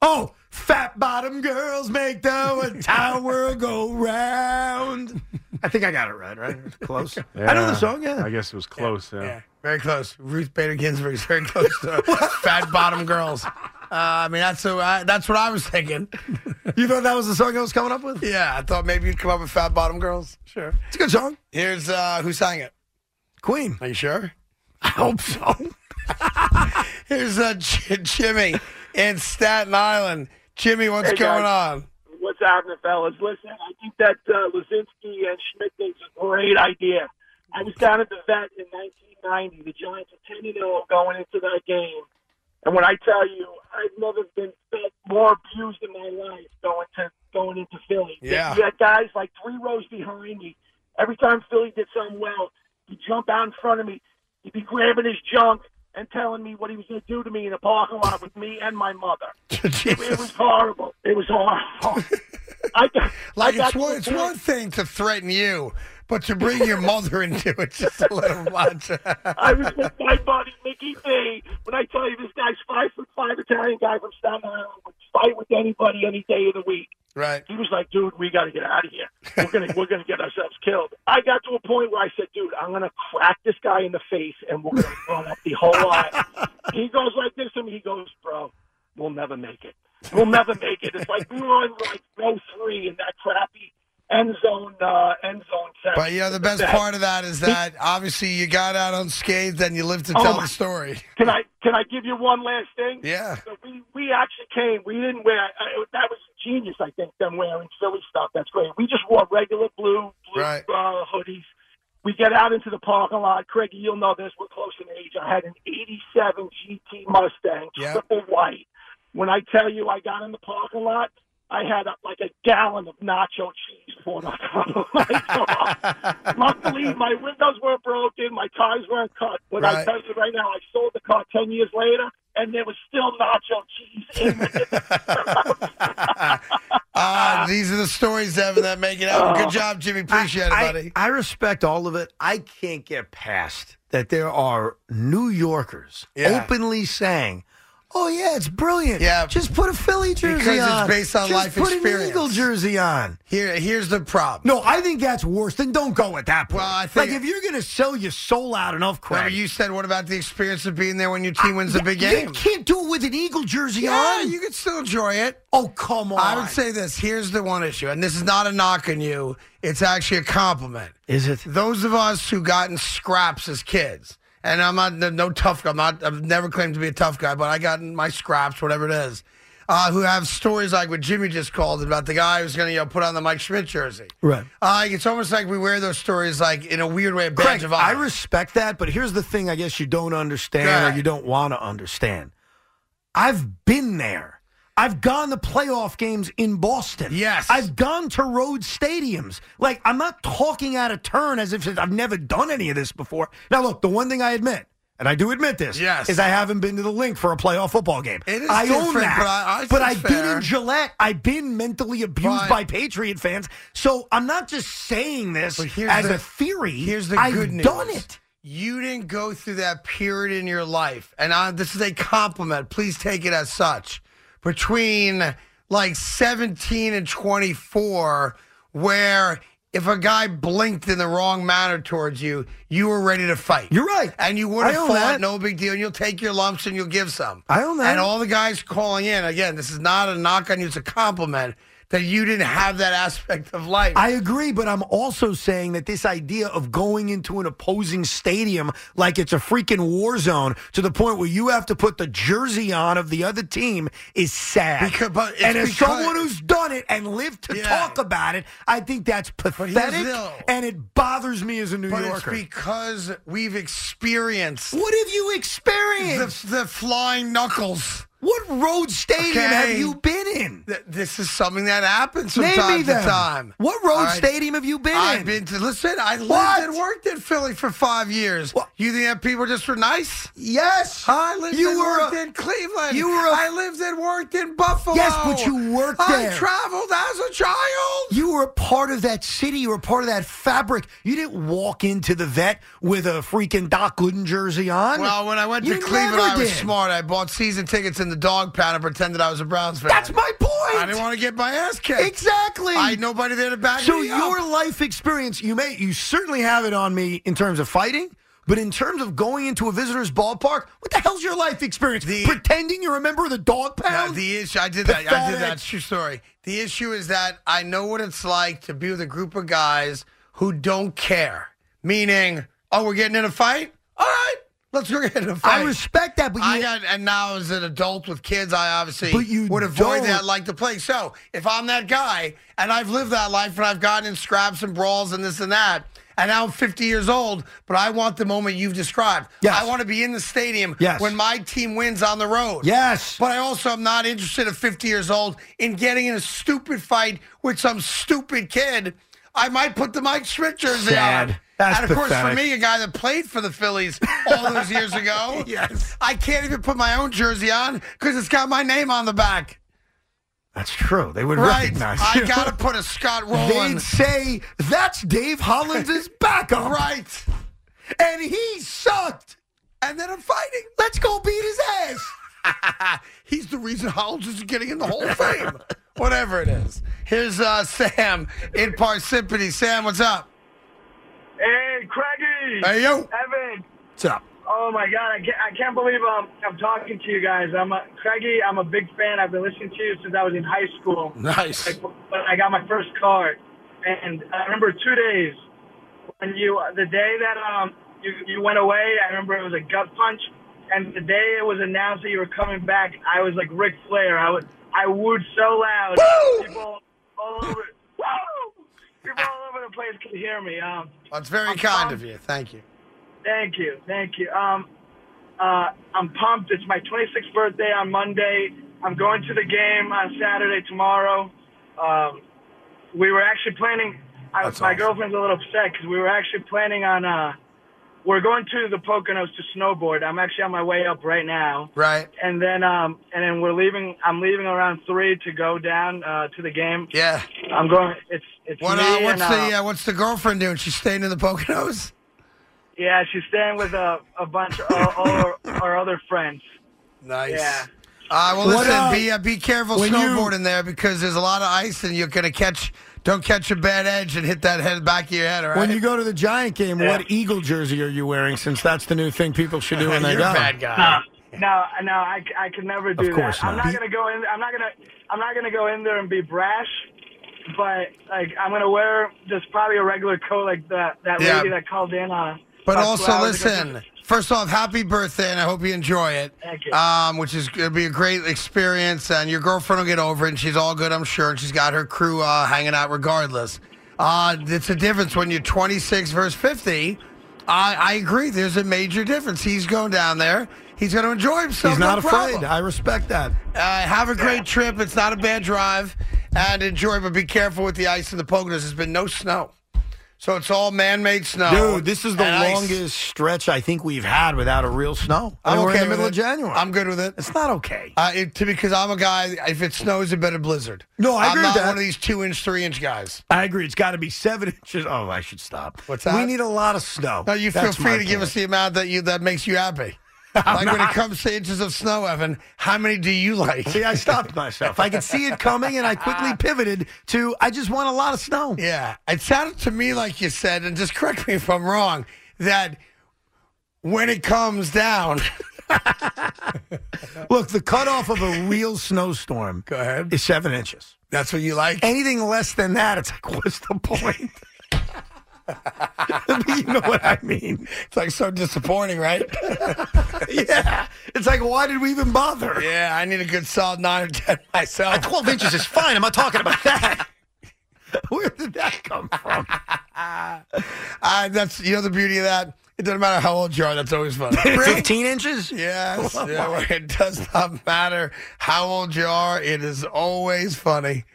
B: Oh, fat bottom girls make the entire world go round. I think I got it right, right? Close. I know the song, yeah.
D: I guess it was close. Yeah.
A: Yeah, very close. Ruth Bader Ginsburg's very close to Fat Bottom Girls. Uh, I mean, that's who I, that's what I was thinking.
B: You thought that was the song I was coming up with?
A: Yeah, I thought maybe you'd come up with Fat Bottom Girls. Sure.
B: It's a good song.
A: Here's uh, who sang it.
B: Queen.
A: Are you sure?
B: I hope so.
A: Here's uh, J- Jimmy in Staten Island. Jimmy, what's going on?
C: What's happening, fellas? Listen, I think that uh, Lazinski and Schmidt is a great idea. I was down at the vet in 1990. The Giants were 10 0 going into that game. And when I tell you, I've never been felt more abused in my life going to going into Philly.
A: Yeah.
C: You had guys like three rows behind me. Every time Philly did something well, the
J: jump out in front of me. He'd be grabbing his junk and telling me what he was going to do to me in a parking lot with me and my mother. it, it was horrible. It was horrible. I got,
A: Like
J: I got
A: it's one,
J: to
A: it's
J: the point-
A: one thing to threaten you, but to bring your mother into it just a little much.
J: I was with my buddy Mickey B. When I tell you this guy's five foot five Italian guy from Staten Island would fight with anybody any day of the week.
A: Right.
J: He was like, dude, we got to get out of here. We're gonna we're gonna get ourselves killed. I got to a point where I said, dude, I'm gonna crack this guy in the face and we're gonna run up the whole line. He goes like this to me. He goes, bro, we'll never make it. We'll never make it. It's like we were on like row three in that crappy end zone uh, end zone. set.
A: But yeah, the best part of that is that obviously you got out unscathed and you lived to
J: Oh
A: tell
J: my-
A: the story.
J: Can I can I give you one last thing?
A: Yeah.
J: So we we actually came. We didn't wear. I, that was genius, I think. Them wearing Philly stuff. That's great. We just wore regular blue blue
A: Right.
J: uh, hoodies. We get out into the parking lot. Craigie, you'll know this. We're close in age. I had an '87 GT Mustang,
A: Yeah.
J: triple white. When I tell you, I got in the parking lot. I had uh, like a gallon of nacho cheese poured on top of my car. Luckily, my windows weren't broken, my tires weren't cut. But I
A: Right.
J: tell you right now, I sold the car ten years later, and there was still nacho cheese in it.
A: Ah, these are the stories, Evan, that make it happen. Good job, Jimmy. Appreciate
B: Oh. I-
A: it, buddy.
B: I respect all of it. I can't get past that there are New Yorkers
A: Yeah.
B: openly saying, "Oh yeah, it's brilliant.
A: Yeah.
B: just put a Philly jersey
A: Because it's
B: on.
A: based on
B: Just
A: life
B: put
A: experience."
B: an Eagle jersey on."
A: Here, here's the problem.
B: No, I think that's worse. Then don't go at that point.
A: Well, I think-
B: like if you're gonna sell your soul out enough,
A: Remember,
B: crap.
A: you said what about the experience of being there when your team wins a big game?
B: You can't do it with an Eagle jersey
A: Yeah,
B: on.
A: you could still enjoy it.
B: oh come on.
A: I would say this. Here's the one issue, and this is not a knock on you. It's actually a compliment.
B: is it?
A: Those of us who got in scraps as kids, and I'm not no- no tough guy. I'm not. I've never claimed to be a tough guy, but I got in my scraps, whatever it is. Uh, who have stories like what Jimmy just called about the guy who's going to you know, put on the Mike Schmidt jersey.
B: Right.
A: Uh, it's almost like we wear those stories like in a weird way, a badge
B: Craig,
A: of
B: I
A: honor.
B: respect that, but here's the thing I guess you don't understand
A: Go
B: or
A: ahead.
B: you don't want to understand. I've been there. I've gone to playoff games in Boston.
A: Yes.
B: I've gone to road stadiums. Like, I'm not talking out of turn as if I've never done any of this before. Now, look, the one thing I admit, and I do admit this,
A: Yes.
B: is I haven't been to the link for a playoff football game.
A: It is
B: I own
A: different,
B: that.
A: but I- I
B: but
A: think
B: I've been
A: fair.
B: in Gillette. I've been mentally abused
A: But-
B: by Patriot fans. So I'm not just saying this
A: But here's
B: as
A: the-
B: a theory.
A: Here's the
B: I've
A: good news.
B: done it.
A: You didn't go through that period in your life, and I, this is a compliment. Please take it as such. Between like 17 and 24, where if a guy blinked in the wrong manner towards you, you were ready to fight.
B: You're right.
A: and you would
B: I
A: have
B: own
A: fought,
B: that.
A: no big deal. And you'll take your lumps and you'll give some.
B: I own that.
A: And all the guys calling in again. This is not a knock on you; it's a compliment that you didn't have that aspect of life.
B: I agree, but I'm also saying that this idea of going into an opposing stadium like it's a freaking war zone to the point where you have to put the jersey on of the other team is sad.
A: Because- but it's
B: and as
A: because-
B: someone who's done it and lived to
A: Yeah.
B: talk about it, I think that's
A: here's
B: pathetic,
A: the deal.
B: and it bothers me as a New
A: but
B: Yorker.
A: it's because we've experienced
B: what have you experienced?
A: the, the flying knuckles.
B: what road stadium have
A: Okay.
B: you been in?
A: Th- This is something that happens from
B: Name
A: time
B: me
A: to
B: them.
A: time.
B: What road
A: All right?
B: stadium have you been in?
A: I've been to listen. I lived
B: What?
A: and worked in Philly for five years.
B: What?
A: You think that people just were nice?
B: yes,
A: I lived
B: You
A: and
B: were a-
A: worked in Cleveland.
B: you were a-
A: I lived and worked in Buffalo.
B: Yes, but you worked
A: I
B: there.
A: traveled as a child.
B: You were a part of that city. You were a part of that fabric. You didn't walk into the vet with a freaking Doc Gooden jersey on.
A: Well, when I went
B: You
A: to Cleveland,
B: never
A: I was
B: did.
A: smart. I bought season tickets in the dog pound and pretended I was a Browns fan.
B: That's my point.
A: I didn't want to get my ass kicked.
B: Exactly.
A: I had nobody there to back
B: So
A: me up.
B: your life experience, you may, you certainly have it on me in terms of fighting. But in terms of going into a visitor's ballpark, what the hell's your life experience?
A: The-
B: Pretending you're a member of the dog
A: No,
B: pound?
A: the issue I did that. I
B: Pathetic.
A: did that. True story. The issue is that I know what it's like to be with a group of guys who don't care. Meaning, oh, we're getting in a fight. All right, let's go get in a fight.
B: I respect that, but you,
A: I got, and now as an adult with kids, I obviously
B: But you
A: would avoid
B: don't-
A: that like the plague. So if I'm that guy and I've lived that life and I've gotten in scraps and brawls and this and that, and now I'm 50 years old, but I want the moment you've described.
B: Yes.
A: I want to be in the stadium
B: Yes.
A: when my team wins on the road.
B: yes.
A: But I also am not interested at 50 years old in getting in a stupid fight with some stupid kid. I might put the Mike Schmidt jersey
B: Sad.
A: on.
B: That's
A: and of course, for
B: pathetic.
A: me, a guy that played for the Phillies all those years ago,
B: Yes.
A: I can't even put my own jersey on because it's got my name on the back.
B: That's true. They would
A: right?
B: recognize
A: I
B: you.
A: gotta put a Scott
B: They'd
A: Rowland.
B: say that's Dave Hollins' backup,
A: right?
B: And he sucked.
A: And then I'm fighting.
B: Let's go beat his ass.
A: He's the reason Hollins is getting in the Hall of Fame. Whatever it is. Here's uh, Sam in Parsippany. Sam, what's up?
L: Hey, Craigie.
A: Hey, yo.
L: Evan.
B: What's up?
L: Oh my God, I can't, I can't believe I'm I'm talking to you guys. I'm a, Craigie. I'm a big fan. I've been listening to you since I was in high school.
A: Nice.
L: Like, when I got my first card, and I remember two days when you the day that um you you went away. I remember it was a gut punch, and the day it was announced that you were coming back, I was like Ric Flair. I was I wooed so loud. People all over. Woo! People all over the place could hear me. Um.
A: That's very
L: I'm
A: kind
L: pumped.
A: of you. Thank you.
L: Thank you, thank you. Um, uh, I'm pumped. It's my 26th birthday on Monday. I'm going to the game on Saturday tomorrow. Um, we were actually planning. I, my
F: That's awesome.
L: girlfriend's a little upset because we were actually planning on. Uh, we're going to the Poconos to snowboard. I'm actually on my way up right now,
A: Right.
L: and then um, and then we're leaving. I'm leaving around three to go down uh, to the game.
A: Yeah.
L: I'm going. It's it's
A: What,
L: me
A: uh,
L: and,
A: what's
L: uh,
A: the uh, what's the girlfriend doing? She's staying in the Poconos.
L: Yeah, she's staying with a, a bunch of all, all our, our other friends.
A: Nice.
L: Yeah.
A: Uh, well,
B: What,
A: listen,
B: uh,
A: be uh, be careful
B: when you-
A: snowboarding there because there's a lot of ice and you're gonna catch. Don't catch a bad edge and hit that head back of your head. All right.
B: When you go to the Giant game,
L: Yeah.
B: what Eagle jersey are you wearing? Since that's the new thing people should do when they
A: You're
B: go.
A: a bad guy.
L: Um, No, no, I, I could never do
B: course
L: that. I'm
B: not.
L: not gonna go in. I'm not gonna. I'm not gonna go in there and be brash. But like, I'm gonna wear just probably a regular coat, like that that
A: Yeah.
L: lady that called in on.
A: But
L: about two
A: also,
L: hours ago.
A: listen. First off, happy birthday, and I hope you enjoy it.
L: Thank you.
A: Um, which is going to be a great experience, and your girlfriend will get over it, and she's all good, I'm sure, and she's got her crew uh, hanging out regardless. Uh, it's a difference when you're 26 versus 50. I, I agree. There's a major difference. He's going down there. He's going to enjoy himself.
B: He's not
A: no
B: afraid.
A: problem.
B: I respect that.
A: Uh, have a great trip. It's not a bad drive, and enjoy. But be careful with the ice in the Poconos. There's been no snow, so it's all man-made snow.
B: Dude, this is the
A: and ice.
B: longest stretch I think we've had without a real snow. I
A: I'm
B: mean, we're in
A: okay with
B: the middle of
A: it.
B: January.
A: I'm good with it.
B: it's not okay.
A: Uh, it, to, because I'm a guy. If it snows, it better blizzard.
B: No, I
A: I'm
B: agree with
A: not
B: that.
A: one of these two inch, three inch guys.
B: I agree. It's got to be seven inches. Oh, I should stop.
A: What's that?
B: We need a lot of snow.
A: No, you
B: That's
A: feel free
B: my
A: to give
B: point.
A: us the amount that you that makes you happy. like when it comes to inches of snow, Evan, how many do you like?
B: See, I stopped myself. I could see it coming, and I quickly pivoted to I just want a lot of snow.
A: Yeah, it sounded to me like you said, and just correct me if I'm wrong, that when it comes down,
B: Look, the cutoff of a real snowstorm
A: go ahead.
B: is seven inches.
A: That's what you like.
B: Anything less than that, it's like, what's the point? you know what I mean?
A: It's like so disappointing, right?
B: Yeah. It's like, why did we even bother?
A: yeah, I need a good solid nine or ten myself.
B: 12 inches is fine. I'm not talking about that. Where did that come from?
A: I, Uh, that's you know the beauty of that. It doesn't matter how old you are. That's always fun.
B: 15 inches? Oh
A: Yes, yeah, it does not matter how old you are. It is always funny.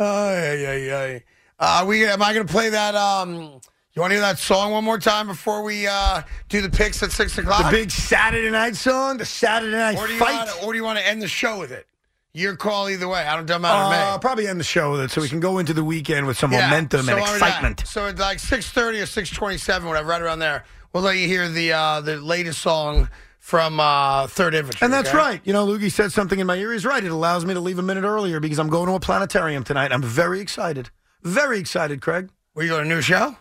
A: Oh, yeah, yeah, yeah. Uh, we am I going to play that? Um, you want to hear that song one more time before we uh, do the picks at six
B: The
A: o'clock?
B: big Saturday night song, the Saturday night
A: or do you
B: fight.
A: Wanna, or do you want to end the show with it? Your call, either way. I don't doesn't matter to me.
B: Uh, probably end the show with it so we can go into the weekend with some
A: Yeah,
B: momentum
A: so
B: and
A: already-
B: excitement.
A: so it's like six thirty or six twenty-seven, whatever, right around there. We'll let you hear the uh, the latest song from uh, Third Infantry,
B: And that's
A: okay?
B: right. You know, Loogie said something in my ear. He's right. It allows me to leave a minute earlier because I'm going to a planetarium tonight. I'm very excited. Very excited, Craig.
A: Were you going to a new show?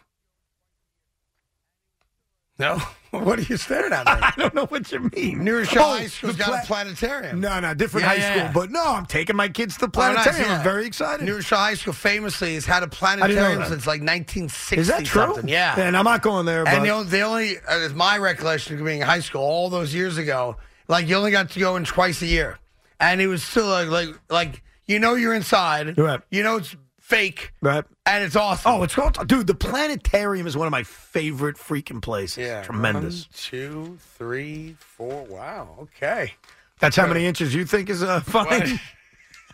A: No. what are you staring at? Man?
B: I don't know what you mean.
A: New show
B: Oh,
A: high school's
B: the
A: got
B: pla-
A: a planetarium.
B: No, no, different
A: Yeah,
B: high
A: yeah.
B: school. But no, I'm taking my kids to the
A: Oh, nice,
B: planetarium.
A: yeah.
B: I'm very excited.
A: New Rochelle High School famously has had a
B: I didn't
A: planetarium
B: know that.
A: since like 1960.
B: Is that true?
A: something. Yeah.
B: And I'm not going there. But
A: And the only, the only uh, is my recollection of being in high school all those years ago, like you only got to go in twice a year, and it was still like like, like you know you're inside,
B: Right.
A: you know it's fake,
B: right.
A: and it's awesome.
B: Oh, it's called, dude. The planetarium is one of my favorite freaking places.
A: yeah,
B: Tremendous.
A: One, two, three, four. Wow. Okay.
B: That's how many inches you think is uh, fine.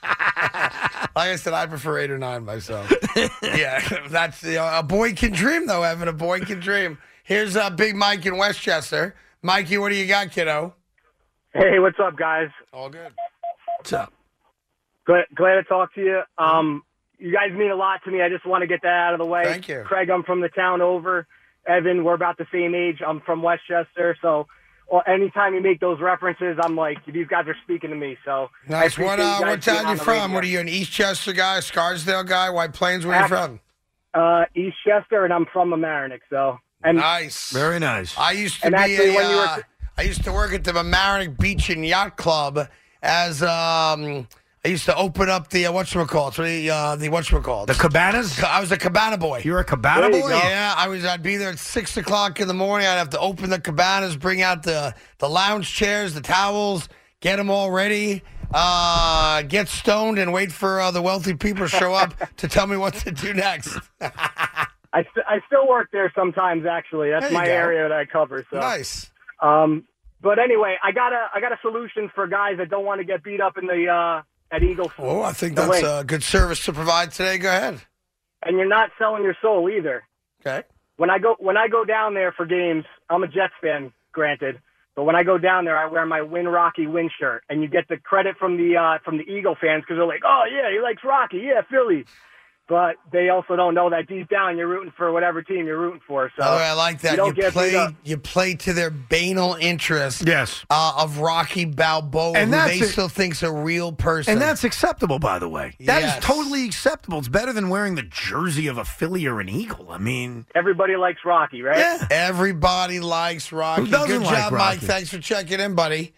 A: Like I said, I prefer eight or nine myself. yeah, that's you know, a boy can dream though, Evan. A boy can dream. Here's uh, Big Mike in Westchester. Mikey, what do you got, kiddo?
F: Hey, what's up, guys?
A: All good.
B: What's up?
F: Glad, glad to talk to you. Um, you guys mean a lot to me. I just want to get that out of the way.
A: Thank you.
F: Craig, I'm from the town over. Evan, we're about the same age. I'm from Westchester. So well, anytime you make those references, I'm like, these guys are speaking to me. So I
A: Nice. What
F: appreciate
A: uh,
F: you guys
A: what
F: being
A: town
F: on
A: you
F: the
A: from?
F: radio.
A: What are you an East Chester guy, Scarsdale guy, White Plains? Where you
F: Act-
A: from?
F: Uh, East Chester, and I'm from Amarinick. So and
A: nice.
B: Very nice.
A: I used to
F: And
A: be
F: actually,
A: a,
F: when you were-
A: uh, I used to work at the Mamaroneck Beach and Yacht Club as um, I used to open up the uh, whatchamacallit, the uh, the whatchamacallit.
B: The cabanas?
A: I was a cabana boy.
B: You're a cabana boy? Oh.
A: Yeah, I was. I'd be there at six o'clock in the morning. I'd have to open the cabanas, bring out the the lounge chairs, the towels, get them all ready, uh, get stoned, and wait for uh, the wealthy people to show up to tell me what to do next.
F: I, st- I still work there sometimes. Actually, that's
A: There you
F: my
A: go.
F: area that I cover. So
A: Nice.
F: Um, but anyway, I got a I got a solution for guys that don't want to get beat up in the uh, at Eagle.
A: Oh, I think
F: the
A: that's
F: link.
A: a good service to provide today. Go ahead.
F: and you're not selling your soul either.
A: Okay.
F: When I go when I go down there for games, I'm a Jets fan, granted, but when I go down there, I wear my Win Rocky Win shirt, and you get the credit from the uh, from the Eagle fans because they're like, oh yeah, he likes Rocky, yeah, Philly. But they also don't know that deep down you're rooting for whatever team you're rooting for. So
A: By the way, I like that.
F: You don't
A: You,
F: get beat
A: play
F: up.
A: you play to their banal interest.
B: Yes.
A: Uh, of Rocky Balboa,
B: And
A: who
B: that's
A: they
B: it.
A: still think's a real person.
B: And that's acceptable, by the way. That is
A: Yes.
B: totally acceptable. It's better than wearing the jersey of a Philly or an Eagle. I mean,
F: everybody likes Rocky, right?
A: everybody likes Rocky.
B: Who doesn't
A: Good
B: like
A: job,
B: Rocky?
A: Mike. Thanks for checking in, buddy.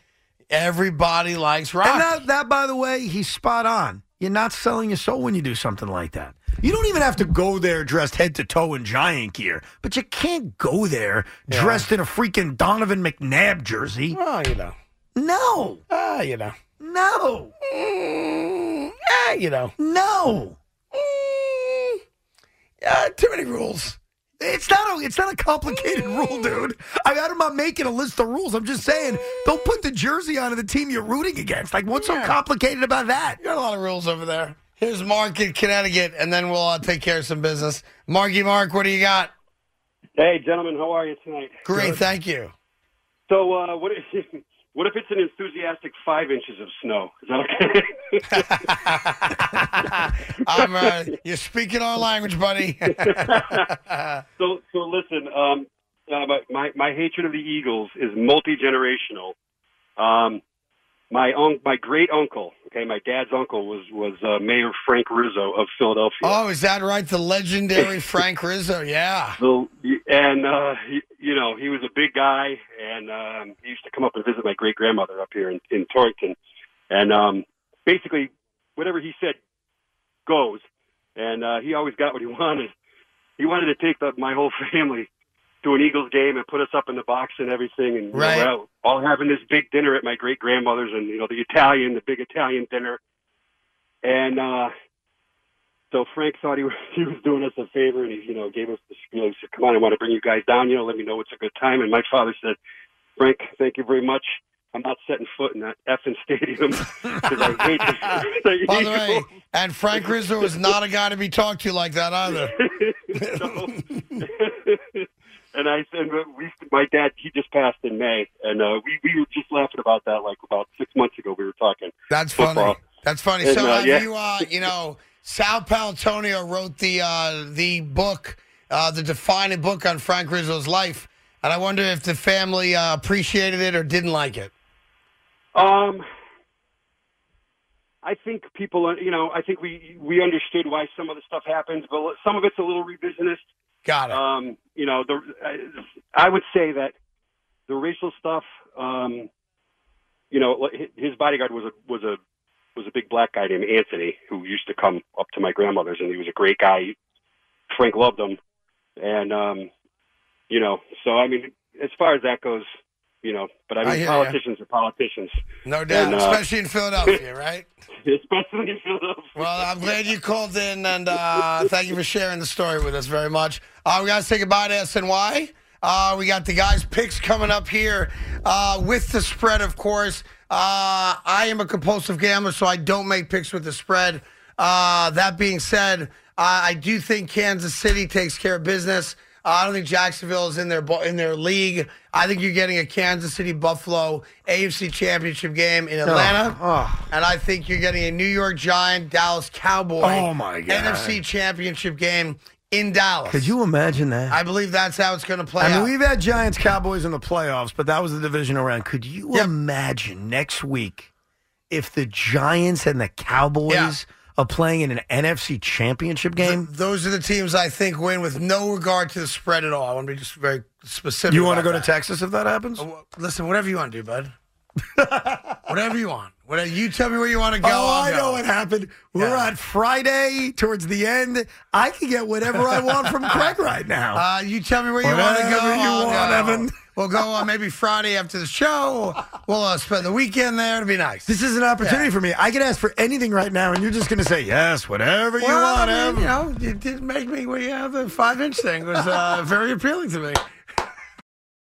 A: Everybody likes Rocky.
B: and that, that, by the way, he's spot on. You're not selling your soul when you do something like that. You don't even have to go there dressed head to toe in giant gear, but you can't go there dressed in a freaking Donovan McNabb jersey.
A: Oh, you know.
B: No,
A: Ah, you know.
B: no,
A: Ah, you know.
B: no. Uh,
A: Ah, too many rules.
B: It's not a it's not a complicated rule, dude. I, I'm not making a list of rules. I'm just saying, don't put the jersey on of the team you're rooting against. Like, what's so complicated about that?
A: You got a lot of rules over there. Here's Mark in Connecticut, and then we'll uh, take care of some business. Marky Mark, what do you got?
M: Hey, gentlemen, how are you tonight?
A: Great, thank you.
M: So, uh, what if what if it's an enthusiastic five inches of snow? Is that okay?
A: I'm, uh, you're speaking our language, buddy.
M: so, so listen. Um, uh, my, my my hatred of the Eagles is multi generational. Um, my un- my great uncle, okay, my dad's uncle was was uh, Mayor Frank Rizzo of Philadelphia.
A: oh, is that right? The legendary Frank Rizzo. Yeah.
M: So, and uh, he, you know, he was a big guy, and um, he used to come up and visit my great grandmother up here in, in Torrington, and um, basically, whatever he said goes, and uh, he always got what he wanted. He wanted to take the, my whole family to an Eagles game and put us up in the box and everything, and you know,
A: Right.
M: we're out all having this big dinner at my great grandmother's, and you know, the Italian, the big Italian dinner, and. uh so Frank thought he was, he was doing us a favor, and he you know gave us the spiel. He said, "Come on, I want to bring you guys down. You know, let me know it's a good time." And my father said, "Frank, thank you very much. I'm not setting foot in that effing stadium because I hate the, the
A: By the
M: Eagles."
A: way, and Frank Rizzo is not a guy to be talked to like that either.
M: and I said, we, my dad, he just passed in May, and uh, we we were just laughing about that like about six months ago. We were talking.
A: That's funny.
M: football.
A: That's funny.
M: And,
A: so
M: uh,
A: have
M: yeah.
A: you, uh, you know, Sal Palantonio wrote the uh, the book, uh, the defining book on Frank Rizzo's life, and I wonder if the family uh, appreciated it or didn't like it.
M: Um, I think people, uh, you know, I think we we understood why some of the stuff happens, but some of it's a little revisionist.
A: Got it.
M: Um, you know, the uh, I, I would say that the racial stuff. Um, you know, hi- his bodyguard was a was a was a big black guy named Anthony who used to come up to my grandmother's, and he was a great guy. Frank loved him, and um, you know, so I mean, as far as that goes, you know, but I
A: I
M: mean,
A: hear ya.
M: politicians are politicians.
A: No doubt,
M: And, uh,
A: especially in Philadelphia, right?
M: especially in Philadelphia.
A: Well, I'm glad you called in, and uh, thank you for sharing the story with us very much. Uh, we got to say goodbye to SNY. Uh, we got the guys' picks coming up here uh, with the spread, of course. Uh, I am a compulsive gambler, so I don't make picks with the spread. Uh, that being said, uh, I do think Kansas City takes care of business. Uh, I don't think Jacksonville is in their bu- in their league. I think you're getting a Kansas City Buffalo AFC Championship game in Atlanta, and I think you're getting a New York Giant Dallas Cowboy
B: Oh, my God.
A: NFC Championship game in Dallas.
B: Could you imagine that?
A: I believe that's how it's going to play
B: I mean,
A: out.
B: we've had Giants Cowboys in the playoffs, but that was the divisional round. Could you imagine next week if the Giants and the Cowboys are playing in an NFC championship game?
A: Th- those are the teams I think win with no regard to the spread at all. I want to be just very specific.
B: you want to
A: about
B: go to
A: that.
B: Texas if that happens?
A: Uh, wh- Listen, whatever you want to do, bud. whatever you want. Whatever you tell me where you want to go.
B: oh,
A: I'll
B: I
A: go.
B: know what happened. We're
A: Yeah.
B: on Friday towards the end. I can get whatever I want from Craig right now.
A: Uh, you tell me where you want to go.
B: Whatever you
A: I'll
B: want,
A: go.
B: Evan.
A: We'll go uh, maybe Friday after the show. We'll uh, spend the weekend there. It'll be nice.
B: this is an opportunity for me. I can ask for anything right now, and you're just going to say yes, whatever you
A: well,
B: want,
A: I
B: Evan.
A: mean, you know, you did make me. Well, yeah, the five inch thing was uh, very appealing to me.